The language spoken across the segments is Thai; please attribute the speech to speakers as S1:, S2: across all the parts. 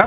S1: อั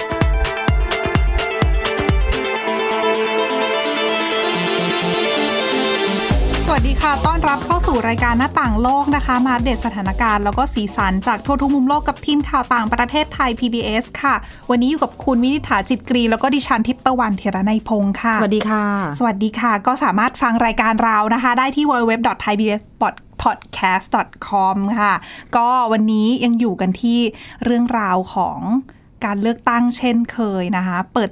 S2: สวัสดีค่ะ ต้อนรับเข้าสู่รายการหน้าต่างโลกนะคะ มาอัปเดตสถานการณ์แล้วก็สีสันจากทั่วทุกมุมโลกกับทีมข่าวต่างประเทศไทย PBS ค่ะ วันนี้อยู่กับคุณวินิษฐาจิตกรี แล้วก็ดิฉันทิพย์ตะวันเทระในยพงค์ค่ะ
S3: สวัสดีค่ะ
S2: สวัสดีค่ะ ก็สามารถฟังรายการเรานะคะ ได้ที่ www.thaipbspodcast.com ค่ะ ก็วันนี้ยังอยู่กันที่เรื่องราวของการเลือกตั้งเช่นเคยนะคะ เปิด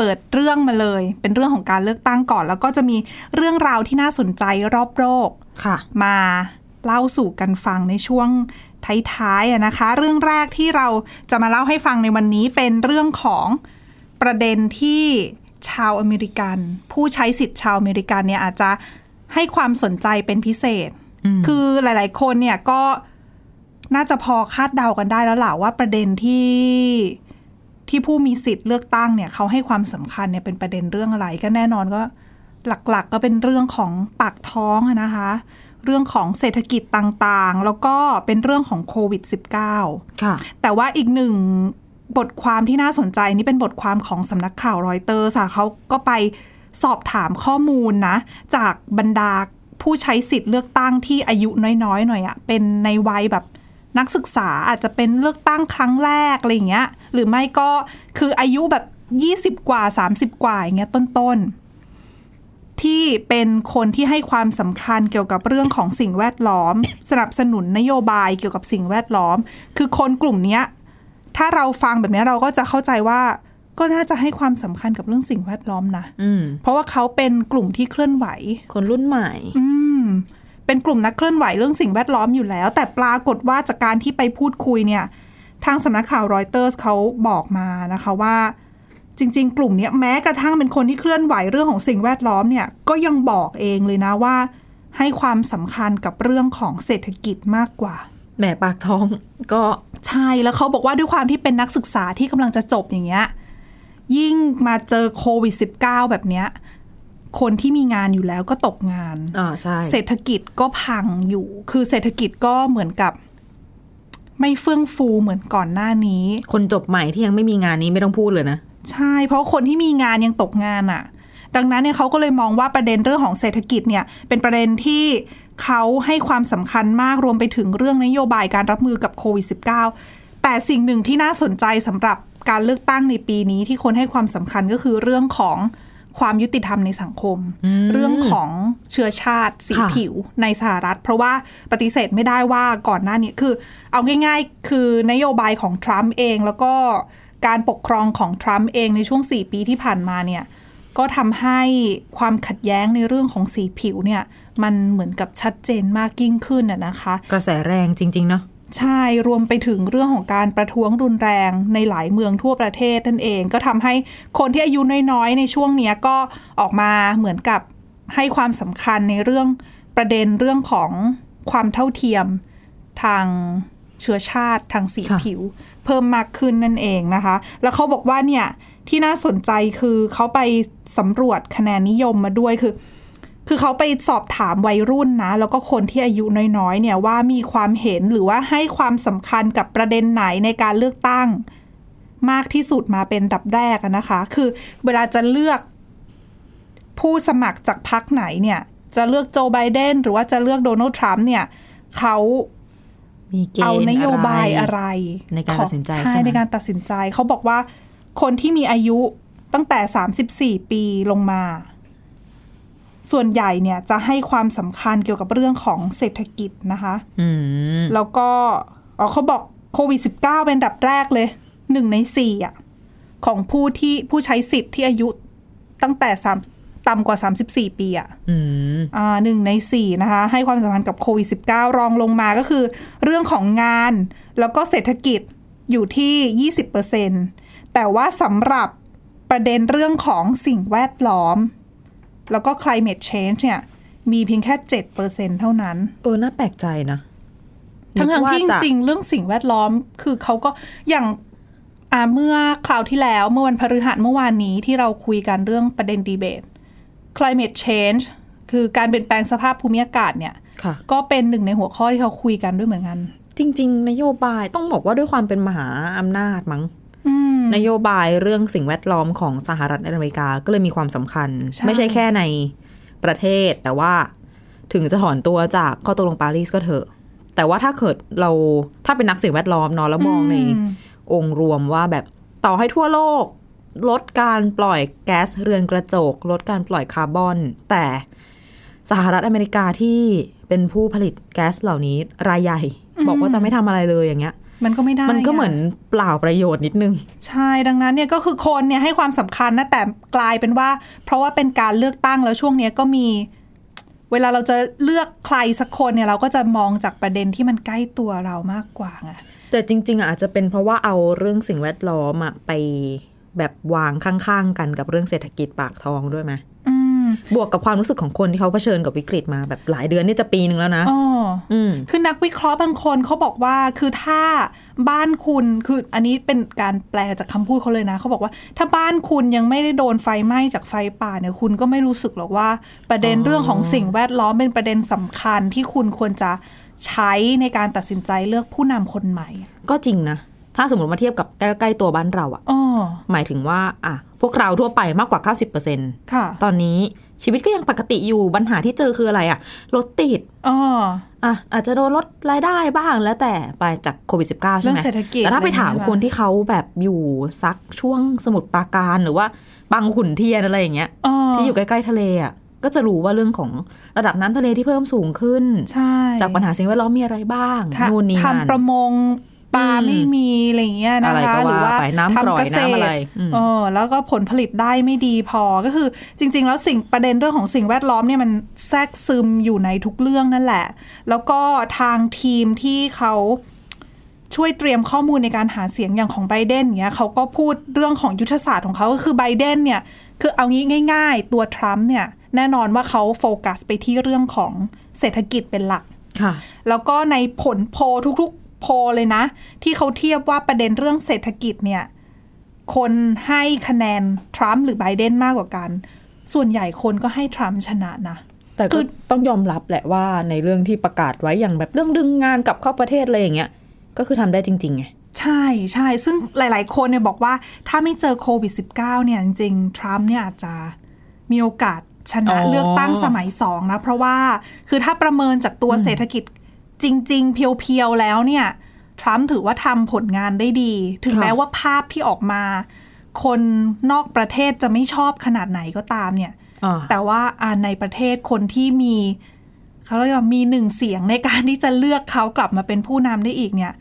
S2: เปิดเรื่องมาเลย เป็นเรื่องของการเลือกตั้งก่อน แล้วก็จะมีเรื่องราวที่น่าสนใจรอบโลก
S3: ค่ะ
S2: มาเล่าสู่กันฟังในช่วงท้ายๆอะนะคะ เรื่องแรกที่เราจะมาเล่าให้ฟังในวันนี้เป็นเรื่องของประเด็นที่ชาวอเมริกัน ผู้ใช้สิทธิ์ชาวอเมริกันเนี่ยอาจจะให้ความสนใจเป็นพิเศษ คือหลายๆคนเนี่ยก็น่าจะพอคาดเดากันได้แล้วล่ะว่าประเด็นที่ที่ผู้มีสิทธิ์เลือกตั้งเนี่ยเขาให้ความสำคัญเนี่ยเป็นประเด็นเรื่องอะไรก็แน่นอนก็ หลักๆก็เป็นเรื่องของปากท้องอะนะคะ เรื่องของเศรษฐกิจต่างๆ แล้วก็เป็นเรื่องของโควิด -19
S3: ค่ะ
S2: แต่ว่าอีกหนึ่งบทความที่น่าสนใจนี่เป็นบทความของสำนักข่าวรอยเตอร์สะเขาก็ไปสอบถามข้อมูลนะ จากบรรดาผู้ใช้สิทธิ์เลือกตั้งที่อายุน้อยๆ หน่อยอะเป็นในวัยแบบนักศึกษาอาจจะเป็นเลือกตั้งครั้งแรกอะไรอย่างเงี้ย หรือไม่ก็คืออายุแบบ 20 กว่า 30 กว่าอย่างเงี้ยต้นๆ ที่เป็นคนที่ให้ความสำคัญเกี่ยวกับเรื่องของสิ่งแวดล้อม สนับสนุนนโยบายเกี่ยวกับสิ่งแวดล้อม คือคนกลุ่มเนี้ยถ้าเราฟังแบบเนี้ยเราก็จะเข้าใจว่า ก็น่าจะให้ความสำคัญกับเรื่องสิ่งแวดล้อมนะ
S3: อืม
S2: เพราะว่าเขาเป็นกลุ่มที่เคลื่อนไหว
S3: คนรุ่นใหม่
S2: อืม เป็นกลุ่มนักเคลื่อนไหวเรื่องสิ่งแวดล้อมอยู่แล้ว แต่ปรากฏว่าจากการที่ไปพูดคุยเนี่ย ทางสำนักข่าวรอยเตอร์สเขาบอกมานะคะว่า จริง ๆ กลุ่มเนี้ยแม้กระทั่งเป็นคนที่เคลื่อนไหวเรื่องของสิ่งแวดล้อมเนี่ย ก็ยังบอกเองเลยนะว่า ให้ความสำคัญกับเรื่องของเศรษฐกิจมากกว่า
S3: แหมปากท้อง ก็
S2: ใช่แล้วเขาบอกว่าด้วยความที่เป็นนักศึกษาที่กำลังจะจบอย่างเงี้ยยิ่งมาเจอโควิด -19 แบบเนี้ยคนที่มีงานอยู่แล้วก็ตกงาน
S3: อ่า ใช่
S2: เศรษฐกิจก็พังอยู่ คือเศรษฐกิจก็เหมือนกับ ไม่เฟื่องฟูเหมือนก่อนหน้านี้
S3: คนจบใหม่ที่ยังไม่มีงานนี้ไม่ต้องพูดเลยนะ
S2: ใช่ เพราะคนที่มีงานยังตกงานอะ่ะ ดังนั้นเนี่ยเขาก็เลยมองว่าประเด็นเรื่องของเศรษฐกิจเนี่ย เป็นประเด็นที่เขาให้ความสำคัญมากรวมไปถึงเรื่องนโยบายการรับมือกับโควิด -19 แต่สิ่งหนึ่งที่น่าสนใจสำหรับการเลือกตั้งในปีนี้ที่คนให้ความสำคัญก็คือเรื่องของความยุติธรรมในสังคม เรื่องของเชื้อชาติสี
S3: ค่ะ
S2: ผิวในสหรัฐ เพราะว่าปฏิเสธไม่ได้ว่าก่อนหน้านี้คือ เอาง่ายๆ คือนโยบายของทรัมป์เองแล้วก็การปกครองของทรัมป์เองในช่วง 4 ปีที่ผ่านมาเนี่ย ก็ทำให้ความขัดแย้งในเรื่องของสีผิวเนี่ย มันเหมือนกับชัดเจนมากยิ่งขึ้นน่ะนะคะ
S3: กระแสแรงจริง ๆ เนาะ
S2: ใช่รวมไปถึงเรื่องของการประท้วงรุนแรงในหลายเมืองทั่วประเทศนั่นเอง ก็ทำให้คนที่อายุน้อยๆ ในช่วงเนี้ยก็ออกมาเหมือนกับให้ความสำคัญในเรื่องประเด็นเรื่องของความเท่าเทียมทางเชื้อชาติทางสี
S3: ค่ะ
S2: ผิว เพิ่มมากขึ้นนั่นเองนะคะ แล้วเขาบอกว่าเนี่ยที่น่าสนใจคือเขาไปสำรวจคะแนนนิยมมาด้วยคือ คือเขาไปสอบถามวัยรุ่นนะ แล้วก็คนที่อายุน้อยๆ เนี่ยว่ามีความเห็นหรือว่าให้ความสำคัญกับประเด็นไหนในการเลือกตั้ง มากที่สุดมาเป็นอันดับแรกอะนะคะ คือเวลาจะเลือกผู้สมัครจากพรรคไหนเนี่ย จะเลือกโจไบเดนหรือว่าจะเลือกโดนัลด์ทรัมป์เนี่ยเขา
S3: มีเกณฑ์
S2: เอานโยบายอะไร
S3: ในการ
S2: ขอ
S3: ตัดสินใจใช่
S2: ใช่
S3: ไหม
S2: ในการตัดสินใจ เขาบอกว่าคนที่มีอายุตั้งแต่ 34 ปีลงมา ส่วนใหญ่เนี่ยจะให้ความสำคัญเกี่ยวกับเรื่องของเศรษฐกิจนะคะ
S3: อืม
S2: แล้วก็อ๋อเขาบอกโควิด -19 เป็นอันดับแรกเลยหนึ่งในสี่อ่ะของผู้ที่ผู้ใช้สิทธิ์ที่อายุตั้งแต่สามต่ำกว่า 34 ปีอ่ะ
S3: อืม
S2: อ่าหนึ่งในสี่นะคะ ให้ความสำคัญกับโควิด -19 รองลงมาก็คือ เรื่องของงานแล้วก็เศรษฐกิจอยู่ที่ 20%แต่ว่าสำหรับประเด็นเรื่องของสิ่งแวดล้อม แล้วก็ climate change เนี่ยมีเพียงแค่ 7%เท่านั้น
S3: เออ น่าแปลกใจนะ
S2: ทั้ง
S3: นึ
S2: ท
S3: กว่า
S2: ที่
S3: ะ
S2: จริงๆเรื่องสิ่งแวดล้อมคือเขาก็อย่างอ่าเมื่อคราวที่แล้วเมื่อวันพฤหัสเมื่อวานนี้ที่เราคุยกันเรื่องประเด็นดีเบต climate change คือการเปลี่ยนแปลงสภาพภูมิอากาศเนี่ย
S3: ค่ะ
S2: ก็เป็นหนึ่งในหัวข้อที่เขาคุยกันด้วยเหมือนกัน
S3: จริง ๆ นโยบายต้องบอกว่าด้วยความเป็นมหาอำนาจมั้ง
S2: อืม
S3: นโยบายเรื่องสิ่งแวดล้อมของสหรัฐอเมริกาก็เลยมีความสำคัญ
S2: ใช่
S3: ไม่ใช่แค่ในประเทศ แต่ว่าถึงจะถอนตัวจากข้อตกลงปารีสก็เถอะ แต่ว่าถ้าเกิดเราถ้าเป็นนักสิ่งแวดล้อมเนาะแล้วมองใน
S2: ม
S3: องค์รวมว่าแบบต่อให้ทั่วโลก ลดการปล่อยแก๊สเรือนกระจก ลดการปล่อยคาร์บอน แต่สหรัฐอเมริกาที่เป็นผู้ผลิตแก๊สเหล่านี้รายใหญ่
S2: อืม
S3: บอกว่าจะไม่ทำอะไรเลยอย่างเงี้ย
S2: มันก็ไม่ได้
S3: มันก็
S2: ะ
S3: เหมือนเปล่าประโยชน์นิดนึง
S2: ใช่ดังนั้นเนี่ยก็คือคนเนี่ยให้ความสำคัญนะแต่กลายเป็นว่า เพราะว่าเป็นการเลือกตั้งแล้วช่วงเนี้ยก็มี เวลาเราจะเลือกใครสักคนเนี่ยเราก็จะมองจากประเด็นที่มันใกล้ตัวเรามากกว่าไง
S3: แต่จริงๆอะอาจจะเป็นเพราะว่าเอาเรื่องสิ่งแวดล้อมอะไปแบบวางข้างๆกันกับเรื่องเศรษฐกิจปากท้องด้วยไหม
S2: อืม
S3: บวกกับความรู้สึกของคนที่เขาเผชิญกับวิกฤตมาแบบหลายเดือนนี่จะปีหนึ่งแล้วนะ
S2: อ๋อ
S3: อืม
S2: คือนักวิเคราะห์บางคนเขาบอกว่าคือถ้าบ้านคุณคืออันนี้เป็นการแปลจากคำพูดเขาเลยนะเขาบอกว่า ถ้าบ้านคุณยังไม่ได้โดนไฟไหม้จากไฟป่าเนี่ยคุณก็ไม่รู้สึกหรอกว่า ประเด็นเรื่องของสิ่งแวดล้อมเป็นประเด็นสำคัญที่คุณควรจะใช้ในการตัดสินใจเลือกผู้นำคนใหม่
S3: ก็จริงนะ ถ้าสมมติมาเทียบกับใกล้ๆตัวบ้านเราอะ
S2: อ๋อ
S3: หมายถึงว่าอ่ะพวกเราทั่วไปมากกว่า 90%
S2: ค่ะ
S3: ตอนนี้ชีวิตก็ยังปกติอยู่ปัญหาที่เจอคืออะไรอะรถติด
S2: อ๋อ
S3: อ่ะอาจจะโดนลดรายได้บ้างแล้วแต่ไปจากโควิด -19 ใช่ไหม
S2: เรื่องเศรษฐกิจ
S3: แต่ถ้าไปถา
S2: อะไร
S3: ม
S2: อย่างเงี้ย
S3: คนที่เขาแบบอยู่ซักช่วงสมุทรปราการหรือว่าบางขุนเทียนอะไรอย่างเงี้ย
S2: อ๋อ
S3: ที่อยู่ใกล้ๆทะเลอะก็จะรู้ว่าเรื่องของระดับน้ำทะเลที่เพิ่มสูงขึ้น
S2: ใช่
S3: จากปัญหาสิ่งแวดล้อมมีอะไรบ้าง
S2: ค่ะ
S3: นู่นนี่นั่น
S2: ทำประมงปลา
S3: อืม
S2: ไม่มีอะไรอย่างเงี้ย
S3: อะ
S2: นะ
S3: ไร
S2: คะ
S3: ก็
S2: หรือ
S3: ว่า
S2: ว่า
S3: ไปน้ำกร่อยน้ำอะไรอืม
S2: เออแล้วก็ผลผลิตได้ไม่ดีพอก็คือ จริง ๆ แล้วสิ่งประเด็นเรื่องของสิ่งแวดล้อมเนี่ยมันแทรกซึมอยู่ในทุกเรื่องนั่นแหละ แล้วก็ทางทีมที่เขาช่วยเตรียมข้อมูลในการหาเสียงอย่างของไบเดนเนี่ยเขาก็พูดเรื่องของยุทธศาสตร์ของเขาก็คือไบเดนเนี่ย คือเอางี้ง่าย ๆ ตัวทรัมป์เนี่ย แน่นอนว่าเขาโฟกัสไปที่เรื่องของเศรษฐกิจเป็นหลัก
S3: ค่ะ
S2: แล้วก็ในผลโพลทุกๆ โพลเลยนะ ที่เขาเทียบว่าประเด็นเรื่องเศรษฐกิจเนี่ย คนให้คะแนนทรัมป์หรือไบเดนมากกว่ากัน ส่วนใหญ่คนก็ให้ทรัมป์ชนะนะ
S3: แต่
S2: คื
S3: ก็
S2: อ
S3: ต้องยอมรับแหละว่าในเรื่องที่ประกาศไว้อย่างแบบเรื่องดึงงานกลับเข้าประเทศอะไรอย่างเงี้ย ก็คือทำได้จริงๆไง
S2: ใช่ใช่ซึ่งหลายๆ คนเนี่ยบอกว่าถ้าไม่เจอโควิด -19 เนี่ย จริงๆ ทรัมป์เนี่ยอาจจะมีโอกาสช
S3: อ๋
S2: นะ
S3: อ
S2: เลือกตั้งสมัยสองนะ เพราะว่าคือถ้าประเมินจากตัวเศรษฐกิจจริง ๆ เพียวๆ แล้วเนี่ย ทรัมป์ถือว่าทำผลงานได้ดี ถึงแม้ว่าภาพที่ออกมา คนนอกประเทศจะไม่ชอบขนาดไหนก็ตามเนี่ย
S3: อ่า
S2: แต่ว่าอ่าในประเทศคนที่มีเขาเรียกว่ามีหนึ่งเสียงในการที่จะเลือกเขากลับมาเป็นผู้นำได้อีกเนี่ย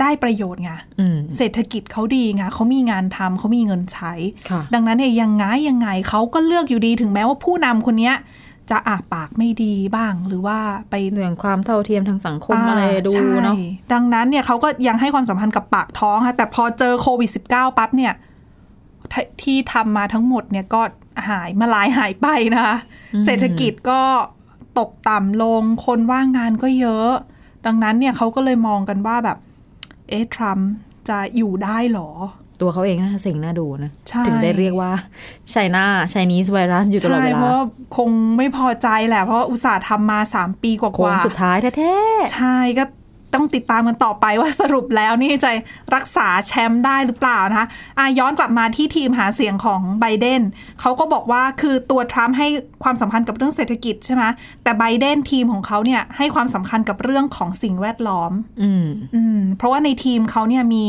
S2: ได้ประโยชน์ไง
S3: อืม
S2: เศรษฐกิจเขาดีไงเขามีงานทำเขามีเงินใช้
S3: ค่ะ
S2: ดังนั้นเนี่ยยังไงยังไงเขาก็เลือกอยู่ดีถึงแม้ว่าผู้นำคนเนี้ย จะอาปากไม่ดีบ้าง หรือว่าไป
S3: เรื่องความเท่าเทียมทางสังคมอะไรดู
S2: ใช่
S3: เนาะ
S2: ดังนั้นเนี่ยเขาก็ยังให้ความสำคัญกับปากท้องค่ะแต่พอเจอโควิด -19 ปั๊บเนี่ยที่ที่ทำมาทั้งหมดเนี่ยก็หายมาลายหายไปนะคะเศรษฐกิจก็ตกต่ำลงคนว่างงานก็เยอะ ดังนั้นเนี่ยเขาก็เลยมองกันว่าแบบ เอ๊ะทรัมป์จะอยู่ได้เหรอ
S3: ตัวเขาเองน่าเสียงน่าดูนะ
S2: ใช่
S3: ถึงได้เรียกว่าไชน่าไชนีสไวรัสอยู่ตลอด
S2: ใช่
S3: เว
S2: เพราะ
S3: ลา
S2: ว่าคงไม่พอใจแหละ เพราะว่าอุตส่าห์ทำมา 3 ปีกว่าๆ
S3: โค้งสุดท้ายแท้
S2: ใช่ก็ต้องติดตามกันต่อไปว่าสรุปแล้วนี่จะรักษาแชมป์ได้หรือเปล่านะคะอ่ะย้อนกลับมาที่ทีมหาเสียงของไบเดนเขาก็บอกว่าคือตัวทรัมป์ให้ความสำคัญกับเรื่องเศรษฐกิจใช่ไหมแต่ไบเดนทีมของเขาเนี่ยให้ความสำคัญกับเรื่องของสิ่งแวดล้อม
S3: ๆ อืม
S2: อืมเพราะว่าในทีมเขาเนี่ยมี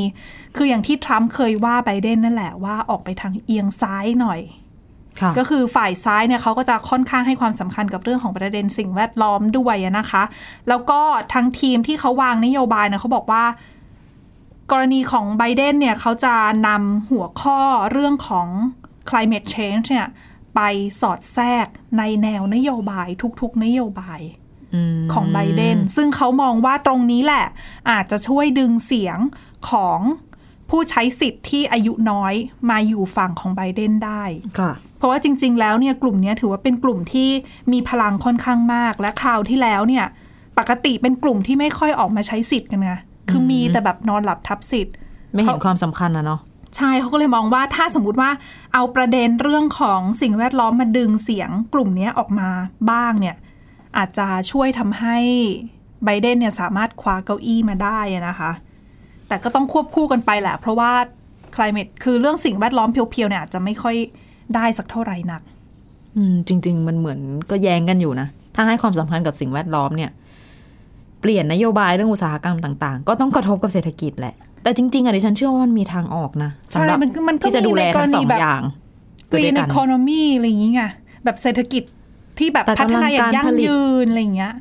S2: คืออย่างที่ทรัมป์เคยว่าไบเดนนั่นแหละว่าออกไปทางเอียงซ้ายหน่อย
S3: ค่ะ
S2: ก็คือฝ่ายซ้ายเนี่ยเขาก็จะค่อนข้างให้ความสำคัญกับเรื่องของประเด็นสิ่งแวดล้อมด้วยอะนะคะ แล้วก็ทางทีมที่เขาวางนโยบายนะเขาบอกว่า กรณีของไบเดนเนี่ยเขาจะนำหัวข้อเรื่องของ climate change เนี่ยไปสอดแทรกในแนวนโยบายทุกๆ นโยบาย
S3: อืม
S2: ของไบเดนซึ่งเขามองว่าตรงนี้แหละ อาจจะช่วยดึงเสียงของผู้ใช้สิทธิ์ที่อายุน้อยมาอยู่ฝั่งของไบเดนได้
S3: ค่ะ
S2: เพราะว่าจริง ๆ แล้วเนี่ยกลุ่มเนี้ยถือว่าเป็นกลุ่มที่มีพลังค่อนข้างมาก และคราวที่แล้วเนี่ย ปกติเป็นกลุ่มที่ไม่ค่อยออกมาใช้สิทธิ์กันไงคือมีแต่แบบนอนหลับทับสิทธิ์
S3: ไม่เห็น
S2: เขา
S3: ความสำคัญนะเนาะ
S2: ใช่เขาก็เลยมองว่าถ้าสมมติว่าเอาประเด็นเรื่องของสิ่งแวดล้อมมาดึงเสียงกลุ่มเนี้ยออกมาบ้างเนี่ย อาจจะช่วยทำให้ไบเดนเนี่ยสามารถคว้าเก้าอี้มาได้อะนะคะ แต่ก็ต้องควบคู่กันไปแหละ เพราะว่า climate คือเรื่องสิ่งแวดล้อมเพียวๆเนี่ยอาจจะไม่ค่อยได้สักเท่าไหร่นัก
S3: อืมจริง ๆ มันเหมือนก็แย้งกันอยู่นะ ถ้าให้ความสำคัญกับสิ่งแวดล้อมเนี่ย เปลี่ยนนโยบายเรื่องอุตสาหกรรมต่าง ๆ ก็ต้องกระทบกับเศรษฐกิจแหละ แต่จริง ๆอะดิฉันเชื่อว่ามันมีทางออกนะ
S2: ใช่
S3: สำหรับ
S2: มันก็มันก็
S3: ที่จะดูแลทั้งสอ
S2: มี
S3: ง
S2: ในกรณีแบบ
S3: อย่างไปด้วย
S2: green
S3: กัน
S2: economy อะไรอย่างเงี้ยแบบเศรษฐกิจที่แบบ
S3: แต่
S2: พัฒ
S3: กำลัง
S2: นาอย่างยั่ง
S3: การผลิต
S2: ยืนอะไรอย่างเงี้ย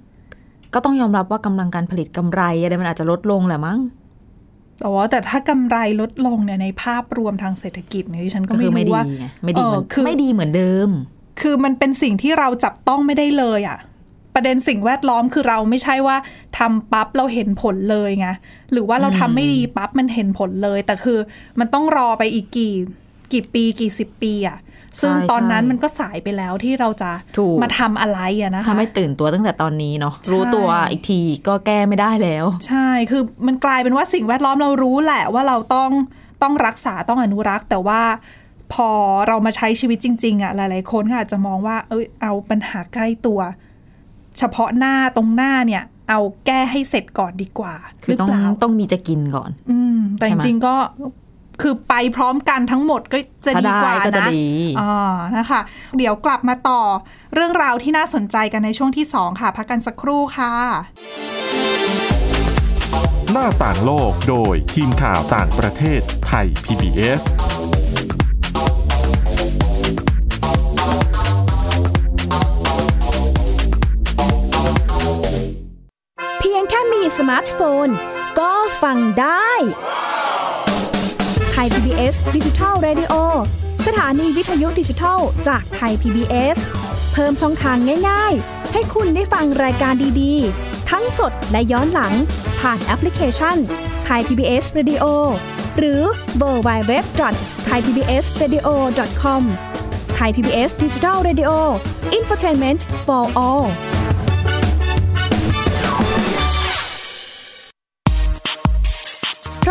S3: ก็ต้องยอมรับว่ากำลังการผลิตกำไรอะไรมันอาจจะลดลงแหละมั้ง
S2: แต่ว่าแต่ถ้ากำไรลดลงเนี่ยในภาพรวมทางเศรษฐกิจเนี่ยดิฉันก็
S3: ก็คือ
S2: ไม่
S3: ไม่
S2: รู้
S3: ดี
S2: ว่า
S3: ไงไม่ดี
S2: เออ
S3: เหมือน
S2: คือ
S3: ไม่ดีเหมือนเดิม
S2: คือมันเป็นสิ่งที่เราจับต้องไม่ได้เลยอะประเด็นสิ่งแวดล้อมคือเราไม่ใช่ว่าทำปั๊บเราเห็นผลเลยไงหรือว่าเราทำไม่ดีปั๊บมันเห็นผลเลย แต่คือมันต้องรอไปอีกกี่กี่ปีกี่สิบปีอะซึ่ง
S3: ใช่
S2: ตอนนั้น
S3: ใช่
S2: มันก็สายไปแล้วที่เราจะ
S3: ถูก
S2: มาทำอะไรอะนะคะ
S3: ทำให้ตื่นตัวตั้งแต่ตอนนี้เนาะรู้ตัว
S2: ใช่
S3: อีกทีก็แก้ไม่ได้แล้ว
S2: ใช่ คือมันกลายเป็นว่าสิ่งแวดล้อมเรารู้แหละว่าเราต้องต้องรักษาต้องอนุรักษ์ แต่ว่าพอเรามาใช้ชีวิตจริงๆอะ่ะหลายๆคนก็อาจจะมองว่า เอยเอาปัญหาใกล้ตัว เฉพาะหน้าตรงหน้าเนี่ย เอาแก้ให้เสร็จก่อนดีกว่า
S3: คือต้อง
S2: หรืเปล่า
S3: ต้องมีจะกินก่อน
S2: อืม แต่จ
S3: ใช่ไหม
S2: ริงๆก็คือไปพร้อมกันทั้งหมดก็จะ
S3: ถ้า
S2: ดี
S3: ได้
S2: กว่า
S3: ก็จะ
S2: นะ
S3: ดี
S2: อ๋อนะคะ เดี๋ยวกลับมาต่อเรื่องราวที่น่าสนใจกันในช่วงที่สองค่ะพักกันสักครู่ค่ะ
S1: หน้าต่างโลกโดยทีมข่าวต่างประเทศไทย PBS
S4: เพียงแค่มีสมาร์ทโฟน ก็ฟังได้ไทย PBS ดิจิทัล Radio สถานีวิทยุดิจิทัลจากไทย PBS เพิ่มช่องทางง่ายๆ ให้คุณได้ฟังรายการดีๆ ทั้งสดและย้อนหลัง ผ่านแอปพลิเคชันไทย PBS Radio หรือเวอร์บายเว็บไทยพีบีเอสเรดิโอ .com ไทย PBS ดิจิทัล Radio Infotainment for all เพร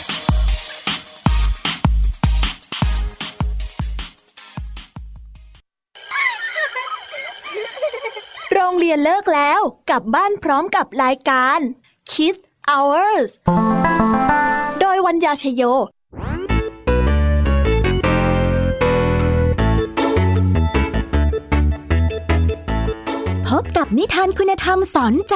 S5: โรงเรียนเลิกแล้วกลับบ้านพร้อมกับรายการ Kids Hours โดยวัญญาชยโย
S6: พบกับนิทานคุณธรรมสอนใจ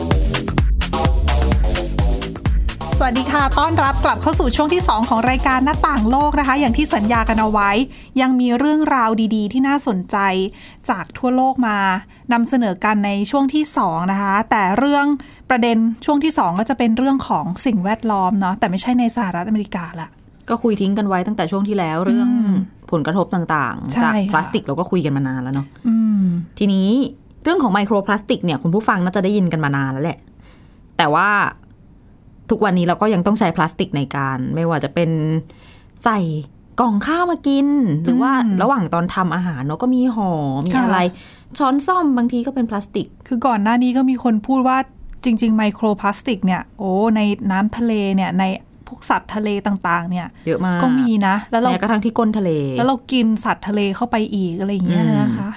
S2: สวัสดีค่ะ ต้อนรับกลับเข้าสู่ช่วงที่ 2 ของรายการหน้าต่างโลกนะคะ อย่างที่สัญญากันเอาไว้ ยังมีเรื่องราวดีๆ ที่น่าสนใจจากทั่วโลกมานำเสนอกันในช่วงที่ 2 นะคะ แต่เรื่องประเด็นช่วงที่ 2 ก็จะเป็นเรื่องของสิ่งแวดล้อมเนาะ แต่ไม่ใช่ในสหรัฐอเมริกาละ
S3: ก็คุยทิ้งกันไว้ตั้งแต่ช่วงที่แล้วเรื่องผลกระทบต่าง
S2: ใช่
S3: ๆ จาก
S2: ค่ะ
S3: พลาสติกเราก็คุยกันมานานแล้วเนาะ
S2: อืม
S3: ทีนี้เรื่องของไมโครพลาสติกเนี่ยคุณผู้ฟังน่าจะได้ยินกันมานานแล้วแหละ แต่ว่าทุกวันนี้เราก็ยังต้องใช้พลาสติกในการ ไม่ว่าจะเป็นใส่กล่องข้าวมากิน หรือว่า
S2: อืม
S3: ระหว่างตอนทำอาหารเนาะก็มีหอ่อมี
S2: ค่ะ
S3: อะไร ช้อนซ่อมบางทีก็เป็นพลาสติก
S2: คือก่อนหน้านี้ก็มีคนพูดว่าจริง ๆ ไมโครพลาสติกเนี่ย โอ้ในน้ำทะเลเนี่ยในพวกสัตว์ทะเลต่างๆ เนี่ย
S3: เยอะมาก
S2: ก็มีนะ แล้วเรา
S3: แม้กระทั่งที่ก้นทะเล
S2: แล้วเรากินสัตว์ทะเลเข้าไปอีกอะไรอย่างเงี้ยนะคะ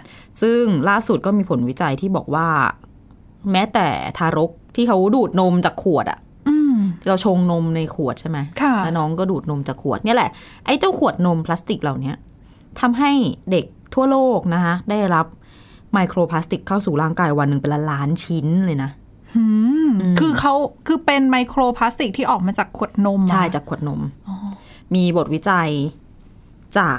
S3: ซึ่งล่าสุดก็มีผลวิจัยที่บอกว่า แม้แต่ทารกที่เขาดูดนมจากขวดอะ
S2: อืม
S3: เราชงนมในขวดใช่ไหม
S2: ค่ะ
S3: แล้วน้องก็ดูดนมจากขวดเนี่ยแหละ ไอ้เจ้าขวดนมพลาสติกเหล่าเนี้ยทำให้เด็กทั่วโลกนะคะได้รับไมโครพลาสติกเข้าสู่ร่างกายวันหนึ่งเป็นล้านๆชิ้นเลยนะ
S2: หืมคือเขาคือเป็นไมโครพลาสติกที่ออกมาจากขวดนมอะ
S3: ใช่จากขวดนม มีบทวิจัยจาก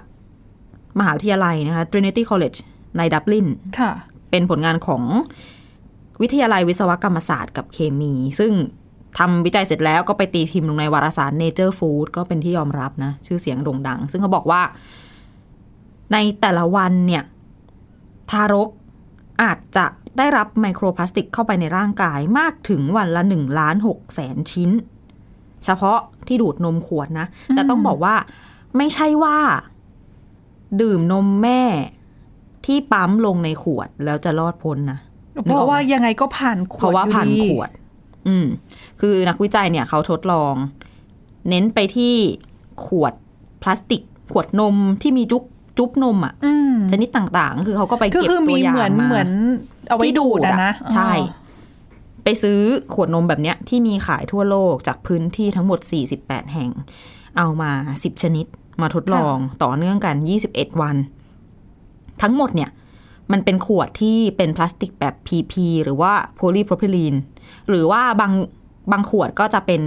S3: มหาวิทยาลัยนะคะ Trinity College ในดับลิน
S2: ค่ะ
S3: เป็นผลงานของวิทยาลัยวิศวกรรมศาสตร์กับเคมี ซึ่งทำวิจัยเสร็จแล้วก็ไปตีพิมพ์ลงในวารสาร Nature Food ก็เป็นที่ยอมรับนะ ชื่อเสียงโด่งดัง ซึ่งเขาบอกว่า ในแต่ละวันเนี่ย ทารกอาจจะได้รับไมโครพลาสติกเข้าไปในร่างกายมากถึงวันละ1ล้าน6แสนชิ้น เฉพาะที่ดูดนมขวดนะ แต่ต้องบอกว่าไม่ใช่ว่า ดื่มนมแม่ ที่ปั๊มลงในขวดแล้วจะรอดพ้นนะ
S2: เพราะว่ายังไงก็ผ่านขวด
S3: เพราะว่าผ่าน
S2: อยู่
S3: ข
S2: ดี
S3: วด อืม คือนักวิจัยเนี่ยเขาทดลอง เน้นไปที่ขวดพลาสติก ขวดนมที่มีจุ๊บจุ๊บนมอะ
S2: อืม
S3: ชนิดต่างๆ คือเขาก็ไป
S2: ก็
S3: เก็บ
S2: คือ
S3: ตัว
S2: มี
S3: อย่า
S2: เหมืองน
S3: มา
S2: เหมือน เอาไว้
S3: ที่
S2: ดูดอะนะ
S3: ใช่ ไปซื้อขวดนมแบบเนี้ย ที่มีขายทั่วโลกจากพื้นที่ทั้งหมด 48 แห่ง เอามา 10 ชนิดมาทดลองต่อเนื่องกัน 21 วัน ทั้งหมดเนี่ย มันเป็นขวดที่เป็นพลาสติกแบบ PP หรือว่าโพลีโพรพิลีน หรือว่าบางบางขวดก็จะเป็น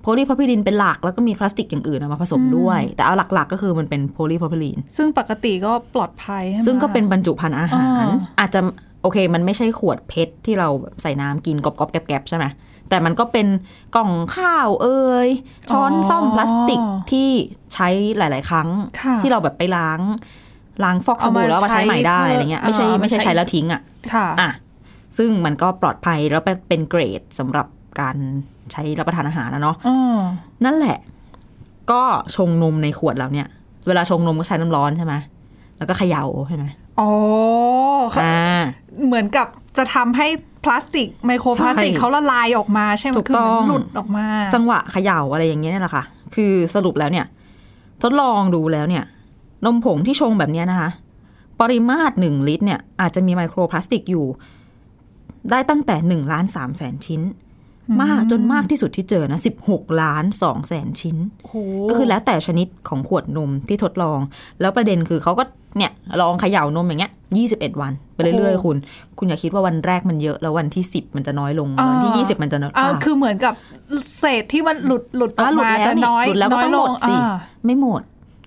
S3: โพลีโพรพิลีนเป็นหลัก แล้วก็มีพลาสติกอย่างอื่นเอามาผสมด้วย แต่เอาหลักๆ ก็คือมันเป็นโพลีโพรพิลีน
S2: ซึ่งปกติก็ปลอดภัยใช่ไหม
S3: ซึ่งก็เป็นบรรจุภัณฑ์อาหาร
S2: อ่า
S3: อาจจะโอเค มันไม่ใช่ขวดเพชรที่เราแบบใส่น้ำกินกรอบๆแกรบๆใช่ไหมแต่มันก็เป็นกล่องข้าวเอ่ยช้อนซ่อมพลาสติกที่ใช้หลาย ๆ ครั้ง
S2: ค่ะ
S3: ที่เราแบบไปล้างล้างฟอกสบู่
S2: เอามา
S3: แล้วเอามาใช้ใหม่ได้
S2: ใช้
S3: อะไรเงี้ยไม่ใช่
S2: เพื่อ
S3: ไม่ใช่
S2: เอามาใช้
S3: ใช้แล้วทิ้งอ่ะ
S2: ค่ะ
S3: อ่ะ ซึ่งมันก็ปลอดภัยแล้วเป็นเป็นเกรดสำหรับการใช้รับประทานอาหารนะเนาะ
S2: อ๋อ
S3: นั่นแหละ ก็ชงนมในขวดแล้วเนี่ย เวลาชงนมก็ใช้น้ำร้อนใช่ไหมแล้วก็เขย่าใช่ไหม
S2: อ๋อเขา
S3: อ่า
S2: เหมือนกับจะทำให้พลาสติกไมโครพลาสติก
S3: ใช่
S2: เขาละลายออกมาใช่ไหม
S3: ถูก
S2: คืเหมืน
S3: ต้อง
S2: หลุดออกมา
S3: จังหวะเขย่าอะไรอย่างเงี้ยเนี่ยแหละค่ะ คือสรุปแล้วเนี่ย ทดลองดูแล้วเนี่ย นมผงที่ชงแบบเนี้ยนะคะ ปริมาตรหนึ่งลิตรเนี่ย อาจจะมีไมโครพลาสติกอยู่ ได้ตั้งแต่หนึ่งล้านสามแสนชิ้น มากจนมากที่สุดที่เจอนะสิบหกล้านสองแสนชิ้น ก็คือแล้วแต่ชนิดของขวดนมที่ทดลอง แล้วประเด็นคือเขาก็เนี่ยลองเขย่านมอย่างเงี้ยยี่สิบเอ็ดวันไปเรื่อย
S2: โอ้โห
S3: ๆคุณ คุณอย่าคิดว่าวันแรกมันเยอะแล้ววันที่สิบมันจะน้อยลง
S2: อ่า
S3: วันที่ยี่สิบมันจะน้อย
S2: อ่า
S3: อ่า
S2: คือเหมือนกับเศษที่มันหลุดหลุดออก
S3: อ่ะหลุด
S2: มา
S3: แล้ว
S2: จะ
S3: นี่
S2: น้อย
S3: หลุดแล้วก็
S2: น้ย
S3: ต้องหมดสิ
S2: อ่า
S3: ไม่หมด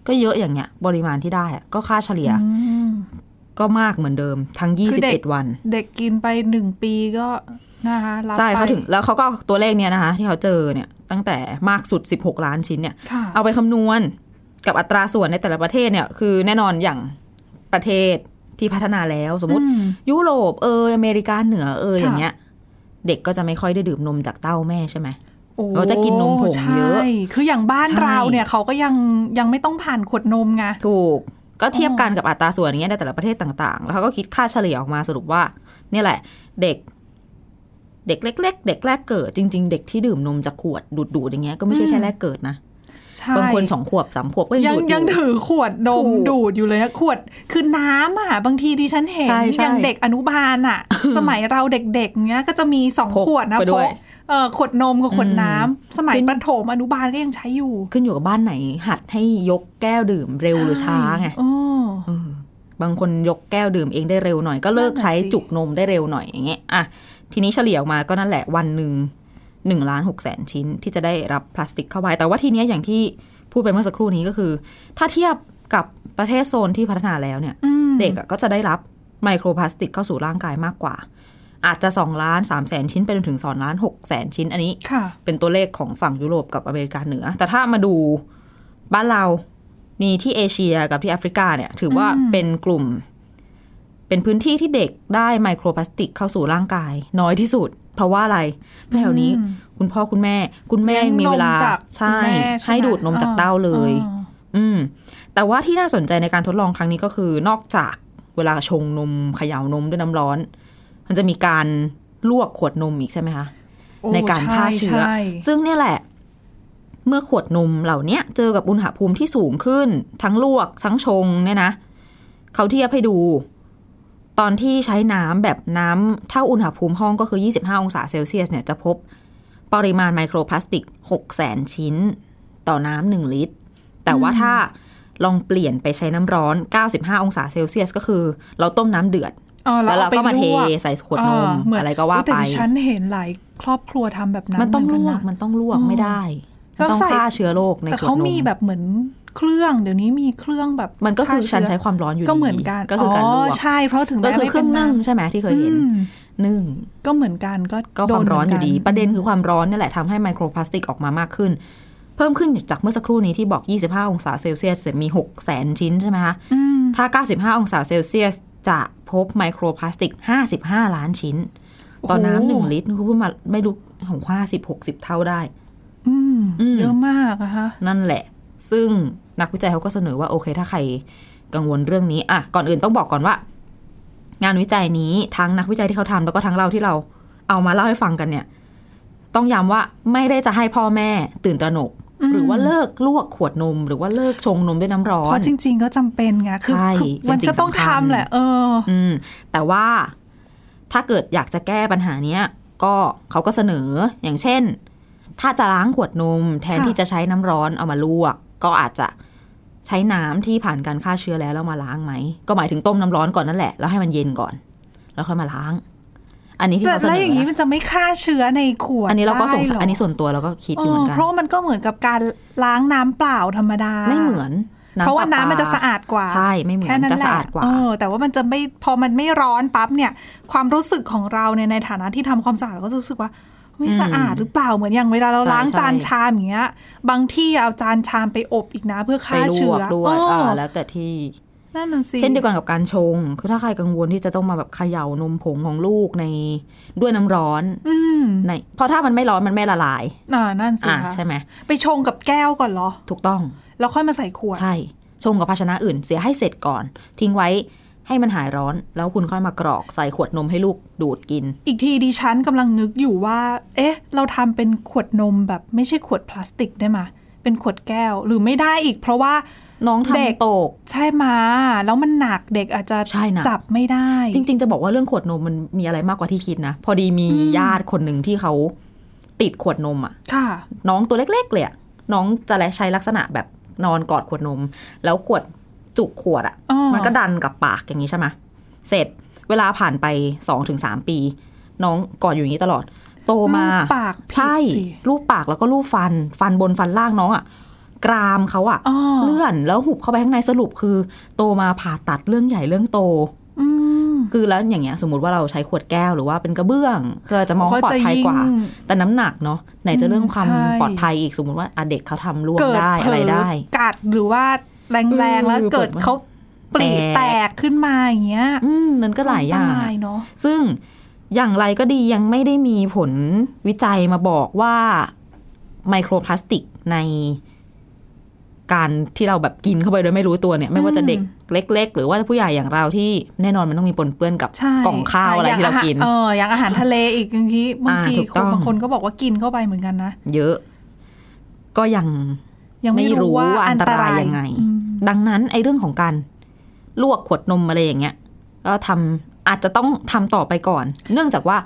S3: ก็เยอะอย่างเงี้ย ปริมาณที่ได้อะก็ค่าเฉลี่ย
S2: อืม
S3: ก็มากเหมือนเดิมทั้ง
S2: คือเด็ก
S3: 21 วัน
S2: เด็กกินไปหนึ่งปีก็นะคะรับ
S3: ใช่เขา
S2: ไป
S3: ถึงแล้วเขาก็เอาตัวเลขเนี้ยนะคะ ที่เขาเจอเนี่ย ตั้งแต่มากสุด 16 ล้านชิ้นเนี่ย
S2: ค่ะ
S3: เอาไปคำนวณกับอัตราส่วนในแต่ละประเทศเนี่ย คือแน่นอนอย่างประเทศที่พัฒนาแล้วสมมติ
S2: อืม
S3: ยุโรปเอยอเมริกาเหนือเอย
S2: ค่ะ
S3: อย่างเงี้ย เด็กก็จะไม่ค่อยได้ดื่มนมจากเต้าแม่ใช่ไหม
S2: โอ้
S3: เราจะกินนมผงเยอะ
S2: ใช่คืออย่างบ้าน
S3: ใช่
S2: เราเนี่ยเขาก็ยังยังไม่ต้องผ่านขวดนมไง
S3: ถูกก็เทียบ
S2: อ๋อ
S3: กันกับอัตราส่วนอย่างเงี้ยในแต่ละประเทศต่างๆ แล้วเขาก็คิดค่าเฉลี่ยออกมาสรุปว่า เนี่ยแหละ เด็ก เด็กเล็ก ๆ เด็กแรกเกิดจริง ๆ เด็กที่ดื่มนมจากขวดดูดๆอย่างเงี้ยก็ไม่ใช่แค่แรกเกิดนะ
S2: ใช่
S3: บางคนสองขวบสามขวบก็ยั
S2: ยัง ง
S3: ดูดอ
S2: ยัง
S3: ยู่
S2: ถือขวดนม
S3: ถูก
S2: ดูดอยู่เลยอะขวดคือน้ำอะบางทีดิฉันเห็น
S3: ใช่ใช่
S2: อย่างเด็กอนุบาลอะ สมัยเราเด็กๆเนี้ยก็จะมีสอง
S3: พก
S2: ขวดนะ
S3: ไป
S2: พ
S3: ด้วย
S2: กเอ่อขวดนมกับขวดน้ำสมัย
S3: ขึ้น
S2: ประถมอนุบาลก็ยังใช้อยู่
S3: ขึ้นอยู่กับบ้านไหน หัดให้ยกแก้วดื่มเร็วหรือช้าไง
S2: อ๋อ
S3: บางคนยกแก้วดื่มเองได้เร็วหน่อย ก็เลิกใช้
S2: นั่นน่ะสิ
S3: จุกนมได้เร็วหน่อยอย่างเงี้ยอ่ะทีนี้เฉลี่ยออกมาก็นั่นแหละวันหนึ่งหนึ่งล้านหกแสนชิ้นที่จะได้รับพลาสติกเข้าไปแต่ว่าทีเนี้ยอย่างที่พูดไปเมื่อสักครู่นี้ก็คือ ถ้าเทียบกับประเทศโซนที่พัฒนาแล้วเนี่ย
S2: อืม
S3: เด็กอะก็จะได้รับไมโครพลาสติกเข้าสู่ร่างกายมากกว่า อาจจะ2ล้าน3แสนชิ้นไปจนถึง2ล้าน6แสนชิ้น อันนี้
S2: ค่ะ
S3: เป็นตัวเลขของฝั่งยุโรปกับอเมริกาเหนือ แต่ถ้ามาดูบ้านเรามีที่เอเชียกับที่แอฟริกาเนี่ยถือว่า
S2: อืม
S3: เป็นกลุ่ม เป็นพื้นที่ที่เด็กได้ไมโครพลาสติกเข้าสู่ร่างกาย น้อยที่สุด เพราะว่าอะไรเพราะแถวนี้ คุณพ่อคุณแม่ คุณแม่ยังมีเวลา
S2: ลี้ยงนจาก
S3: ใช่
S2: คุณแม่ช่
S3: ให้
S2: ไม
S3: ดูดนมจากเต้าเลย
S2: อ่า
S3: อืม แต่ว่าที่น่าสนใจในการทดลองครั้งนี้ก็คือนอกจากเวลาชงนมเขย่านมด้วยน้ำร้อน มันจะมีการลวกขวดนมอีกใช่ไหมคะ
S2: โอ้
S3: ในการฆ่าเชื้อ
S2: ใช่ใช่
S3: ซึ่งเนี่ยแหละ เมื่อขวดนมเหล่าเนี้ยเจอกับอุณหภูมิที่สูงขึ้น ทั้งลวกทั้งชงเนี่ยนะเขาเทียบให้ดู ตอนที่ใช้น้ำแบบน้ำเท่าอุณหภูมิห้องก็คือ 25 องศาเซลเซียสเนี่ยจะพบปริมาณไมโครพลาสติก 6 0แสนชิ้น ต่อน้ำหนึ่งลิตร แต่ว่าถ้าลองเปลี่ยนไปใช้น้ำร้อน 95 องศาเซลเซียสก็คือ เราต้มน้ำเดือด
S2: อ๋อ
S3: แล้วเรา
S2: อไป
S3: ก็มาเท
S2: ลว
S3: ใส่ขวดนม
S2: เห
S3: อะไรก็ว่า
S2: อุ๊ยแต่
S3: ไป
S2: ดิฉันเห็นหลายครอบครัวทำแบบนั้น
S3: มันต้อง
S2: เห
S3: ลว
S2: กัะ
S3: กมันต้องลวก
S2: อ๋อ
S3: ไม่ได้
S2: แล้ว
S3: มันต้อง
S2: ใส่
S3: ฆ่าเชื้อโรคใน
S2: แต่
S3: ขวด
S2: เขา
S3: น
S2: มี
S3: ม
S2: แบบเหมือนเครื่องเดี๋ยวนี้มีเครื่องแบบ
S3: มันก็คือ
S2: ฆ่าเ
S3: การใช้ความร้อนอยู่ดี
S2: ก็เหมือนกัน
S3: ก็คือการลวก
S2: ใช่เพราะถึง
S3: ก็
S2: แม้
S3: คือ
S2: ไม่
S3: เค
S2: ป็
S3: รื่องนึ่ง
S2: ำ
S3: ใช่ไหมที่เคยเห็น
S2: อืม
S3: นึ่ง
S2: ก็เหมือนกันก็
S3: ก็ความร้อนอยู่ดี
S2: โเหมืกั
S3: ประเด็นคือความร้อนนี่แหละทำให้ไมโครพลาสติกออกมามากขึ้น เพิ่มขึ้นจากเมื่อสักครู่นี้ที่บอก 25 องศาเซลเซียสมี 6 0แสนชิ้นใช่ไหมคะ
S2: อืม
S3: ถ้า 95 องศาเซลเซียสจะพบไมโครพลาสติก 55 ล้านชิ้น ต่อน้ำหนึ่งลิตรคุณพูดมาไม่รู้ของห้าสิบหกสิบเท่าได้
S2: อืม
S3: อืม
S2: เยอะมากอะฮะ
S3: นั่นแหละ ซึ่งนักวิจัยเขาก็เสนอว่าโอเค ถ้าใครกังวลเรื่องนี้อ่ะก่อนอื่นต้องบอกก่อนว่า งานวิจัยนี้ทั้งนักวิจัยที่เขาทำแล้วก็ทั้งเราที่เราเอามาเล่าให้ฟังกันเนี่ย ต้องย้ำว่าไม่ได้จะให้พ่อแม่ตื่นตระหนก
S2: อืม
S3: หรือว่าเลิกลวกขวดนม หรือว่าเลิกชงนมด้วยน้ำร้อน
S2: เพราะจริง ๆ ก็จำเป็นไงคือ
S3: ใช่
S2: คือ
S3: เป็น
S2: มัน
S3: สิ่ง
S2: ก็ต้อง
S3: สำคั
S2: ทำ
S3: ญ
S2: แหละ เออ
S3: อืมแต่ว่าถ้าเกิดอยากจะแก้ปัญหาเนี้ย ก็เขาก็เสนออย่างเช่น ถ้าจะล้างขวดนมแทน
S2: ค่ะ
S3: ที่จะใช้น้ำร้อนเอามาลวก ก็อาจจะใช้น้ำที่ผ่านการฆ่าเชื้อแล้วแล้วมาล้างไหม ก็หมายถึงต้มน้ำร้อนก่อนนั่นแหละ แล้วให้มันเย็นก่อน แล้วค่อยมาล้าง อันนี้ที่
S2: แต่
S3: เขาเสน
S2: แล้ว
S3: อ
S2: อย่างนี้มันจะไม่ฆ่าเชื้อในขวด
S3: อันนี้เราก็สงสัย
S2: ได้ห
S3: อันนี้ส่วนตัวเราก็คิดอยู่เหมือนกั
S2: เอน อเพราะมันก็เหมือนกับการล้างน้ำเปล่าธรรมดา
S3: ไม่เหมือนำ
S2: เพราะว่า
S3: ป
S2: น้ำมันจะสะอาดกว่า
S3: ใช่ไม่เหมือน
S2: แค่นั้น
S3: จะ
S2: แห
S3: สะ
S2: ละ
S3: อาดกว่า
S2: เออแต่ว่ามันจะไม่พอมันไม่ร้อนปั๊บเนี่ย ความรู้สึกของเราเนี่ยในฐานะที่ทำความสะอาดเราก็จะรู้สึกว่าไม่
S3: อืม
S2: สะอาดหรือเปล่าเหมือนอย่างเวลาเรา
S3: ใช่
S2: ล้างจาน
S3: ใช่
S2: ชามอย่างเงี้ย บางที่เอาจานชามไปอบอีกนะเพื่อ
S3: ไป
S2: ฆ่า
S3: ล
S2: เชื้
S3: ว
S2: อก
S3: ด้วย
S2: เออ
S3: อ่าแล้วแต่ที่
S2: นั่นน่ะสิ
S3: เช่นเดียวกันกับการชง คือถ้าใครกังวลที่จะต้องมาแบบเขย่านมผงของลูกในด้วยน้ำร้อน
S2: อืม
S3: ในเพราะถ้ามันไม่ร้อนมันไม่ละลาย
S2: อ่านั่นสิ
S3: อ่า
S2: คะ
S3: ใช่ไหม
S2: ไปชงกับแก้วก่อนเหรอ
S3: ถูกต้อง
S2: แล้วค่อยมาใส่ขวด
S3: ใช่ ชงกับภาชนะอื่น เสียให้เสร็จก่อน ทิ้งไว้ให้มันหายร้อน แล้วคุณค่อยมากรอกใส่ขวดนมให้ลูกดูดกิน
S2: อีกทีดิฉันกำลังนึกอยู่ว่า เอ๊ะ เราทำเป็นขวดนมแบบไม่ใช่ขวดพลาสติกได้ไหมเป็นขวดแก้วหรือไม่ได้อีก เพราะว่า
S3: น้อง
S2: เด็ก
S3: ทำตก
S2: ใช่มาแล้วมันหนักเด็กอาจจะ
S3: ใช่หนัก
S2: จับไม่ได้
S3: จริง ๆ จะบอกว่าเรื่องขวดนมมันมีอะไรมากกว่าที่คิดนะ พอดีมีญาติคนหนึ่งที่เขาติดขวดนมอ่ะ
S2: ค่ะ
S3: น้องตัวเล็ก ๆ เลยอะน้องจะใช้ลักษณะแบบนอนกอดขวดนม แล้วขวดจุกขวดอะ
S2: อ๋อ
S3: มันก็ดันกับปากอย่างนี้ใช่ไหมเสร็จเวลาผ่านไปสองถึงสามปี น้องกอดอยู่อย่างนี้ตลอด โตมา
S2: รูปปากผิด
S3: ใช่
S2: สิ
S3: รูปปากแล้วก็รูปฟันฟันบนฟันล่างน้องอะกรามเขาอะ
S2: อ๋อ
S3: เลื่อนแล้วหุบเข้าไปข้างในสรุปคือ โตมาผ่าตัดเรื่องใหญ่เรื่องโต
S2: อืม
S3: คือแล้วอย่างเงี้ยสมมติว่าเราใช้ขวดแก้วหรือว่าเป็นกระเบื้องคืออาจจะมองปลอดภัยกว่า
S2: จะง
S3: แต่น้ำหนักเนาะไหนจะเรื่องความ
S2: ใช่
S3: ปลอดภัยอีกสมมติว่าอะเด็กเขาทำล่วง
S2: เกิด
S3: ได้
S2: เผล
S3: อะไรได้
S2: กัดหรือว่าแรงๆ แล้ว
S3: เออ
S2: เกิด
S3: เปิดมัน
S2: เขาปลี
S3: แตก
S2: แตกขึ้นมาอย่างเงี้ย
S3: อืมมันก็หลายอย่า
S2: น
S3: ง
S2: ต
S3: อะ
S2: รเนาะ
S3: ซึ่งอย่างไรก็ดียังไม่ได้มีผลวิจัยมาบอกว่าไมโครพลาสติกในการที่เราแบบกินเข้าไปโดยไม่รู้ตัวเนี่ย ไม่ว่าจะเด็กเล็ก ๆ หรือว่าผู้ใหญ่อย่างเราที่แน่นอนมันต้องมีปนเปื้อนกับ
S2: ใช่
S3: กล่องข้าวอะไรที่เรากิน
S2: เอออย่างอาหารทะเลอีกบางทีบาง
S3: อ่า
S2: ที
S3: ถูก
S2: ค
S3: ต้
S2: น
S3: อง
S2: บางคนก็บอกว่ากินเข้าไปเหมือนกันนะ
S3: เยอะ ก็ยัง
S2: ยังไม่
S3: ไม่
S2: รู้
S3: รู้
S2: ว่า
S3: ว่า
S2: อั
S3: อั
S2: น
S3: น
S2: ตราร
S3: ตาย ยยังไง
S2: อืม
S3: ดังนั้นไอ้เรื่องของการลวกขวดนมอะไรอย่างเงี้ย ก็ทำอาจจะต้องทำต่อไปก่อน เนื่องจากว่า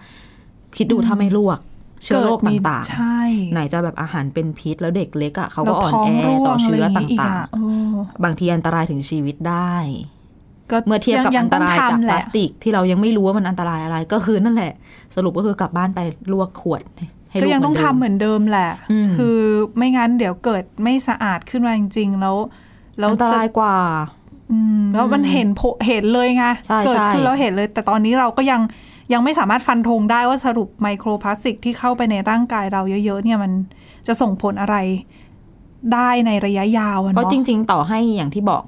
S3: คิดดูถ้าไม่ลวก เชื้อโรคต่าง
S2: ใช่
S3: ๆ ไหนจะแบบอาหารเป็นพิษแล้วเด็กเล็กอ่ะเขาก็อ่อนแอต่อเชื้อต่าง
S2: ๆ
S3: ๆ บางทีอันตรายถึงชีวิตได้
S2: ก็
S3: เมื่อเทียบกับอันตรายจาก
S2: งงองทำ
S3: พ
S2: แหะ
S3: ลาสติกที่เรายังไม่รู้ว่ามันอันตรายอะไรก็คือนั่นแหละ สรุปก็คือกลับบ้านไปลวกขวดให้
S2: ก็
S3: ลูก
S2: ยังต้องทำเห
S3: มืนเดิม
S2: มือนเดิมแหละ
S3: อืม
S2: คือไม่งั้นเดี๋ยวเกิดไม่สะอาดขึ้นมาจริงๆ แล้วแล้ว
S3: อันต
S2: จะ
S3: รายกว่า
S2: อืมแล้วมันเห็นโพเห็นเลยไง
S3: ใช่
S2: เกิด
S3: ใช่
S2: ขึ้นแล้วเห็นเลย แต่ตอนนี้เราก็ยังยังไม่สามารถฟันธงได้ว่าสรุปไมโครพลาสติกที่เข้าไปในร่างกายเราเยอะ ๆ เนี่ยมันจะส่งผลอะไรได้ในระยะยาวอะ
S3: เพราะ
S2: เนาะ
S3: จริง ๆ ต่อให้อย่างที่บอก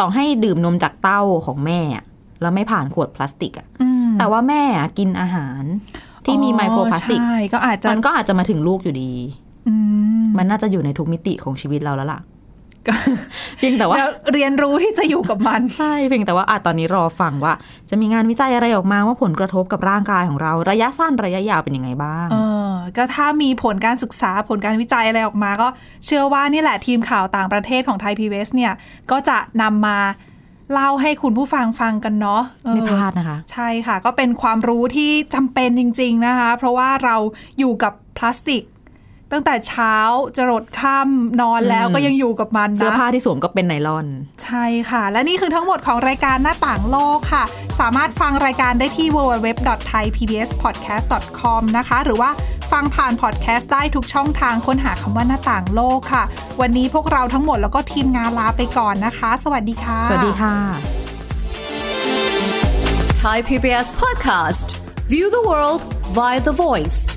S3: ต่อให้ดื่มนมจากเต้าของแม่อะแล้วไม่ผ่านขวดพลาสติกอะ
S2: อืม
S3: แต่ว่าแม่อะกินอาหารที่มีไมโครพลาสติก
S2: อ๋อใช่ก็อาจจะ
S3: มันก็อาจจะมาถึงลูกอยู่ดี
S2: อืม
S3: มันน่าจะอยู่ในทุกมิติของชีวิตเราแล้วล่ะ เพียงแต่ว่า
S2: แล้วเรียนรู้ที่จะอยู่กับมัน
S3: ใช่เพียงแต่ว่าอะตอนนี้รอฟังว่า จะมีงานวิจัยอะไรออกมาว่าผลกระทบกับร่างกายของเรา ระยะสั้นระยะยาวเป็นยังไงบ้าง
S2: เออ ก็ถ้ามีผลการศึกษาผลการวิจัยอะไรออกมา ก็เชื่อว่านี่แหละทีมข่าวต่างประเทศของไทยพี s เนี่ย ก็จะนำมา เล่าให้คุณผู้ฟังฟังกันเนาะเออ
S3: ไม่พลาดนะคะ
S2: ใช่ค่ะ ก็เป็นความรู้ที่จำเป็นจริง ๆนะคะ เพราะว่าเราอยู่กับพลาสติก ตั้งแต่เช้าจะรดค่ำนอนแล้ว
S3: อืม
S2: ก็ยังอยู่กับมันนะ
S3: เสื้อผ้าที่สวมก็เป็นไนลอน
S2: ใช่ค่ะ และนี่คือทั้งหมดของรายการหน้าต่างโลกค่ะ สามารถฟังรายการได้ที่ www.thaipbspodcast.com นะคะ หรือว่าฟังผ่านพอดแคสต์ได้ทุกช่องทางค้นหาคำว่าหน้าต่างโลกค่ะ วันนี้พวกเราทั้งหมดแล้วก็ทีมงานลาไปก่อนนะคะ สวัสดีค่ะ
S3: สวัสดีค่ะ
S7: Thai PBS podcast. View the world via the voice.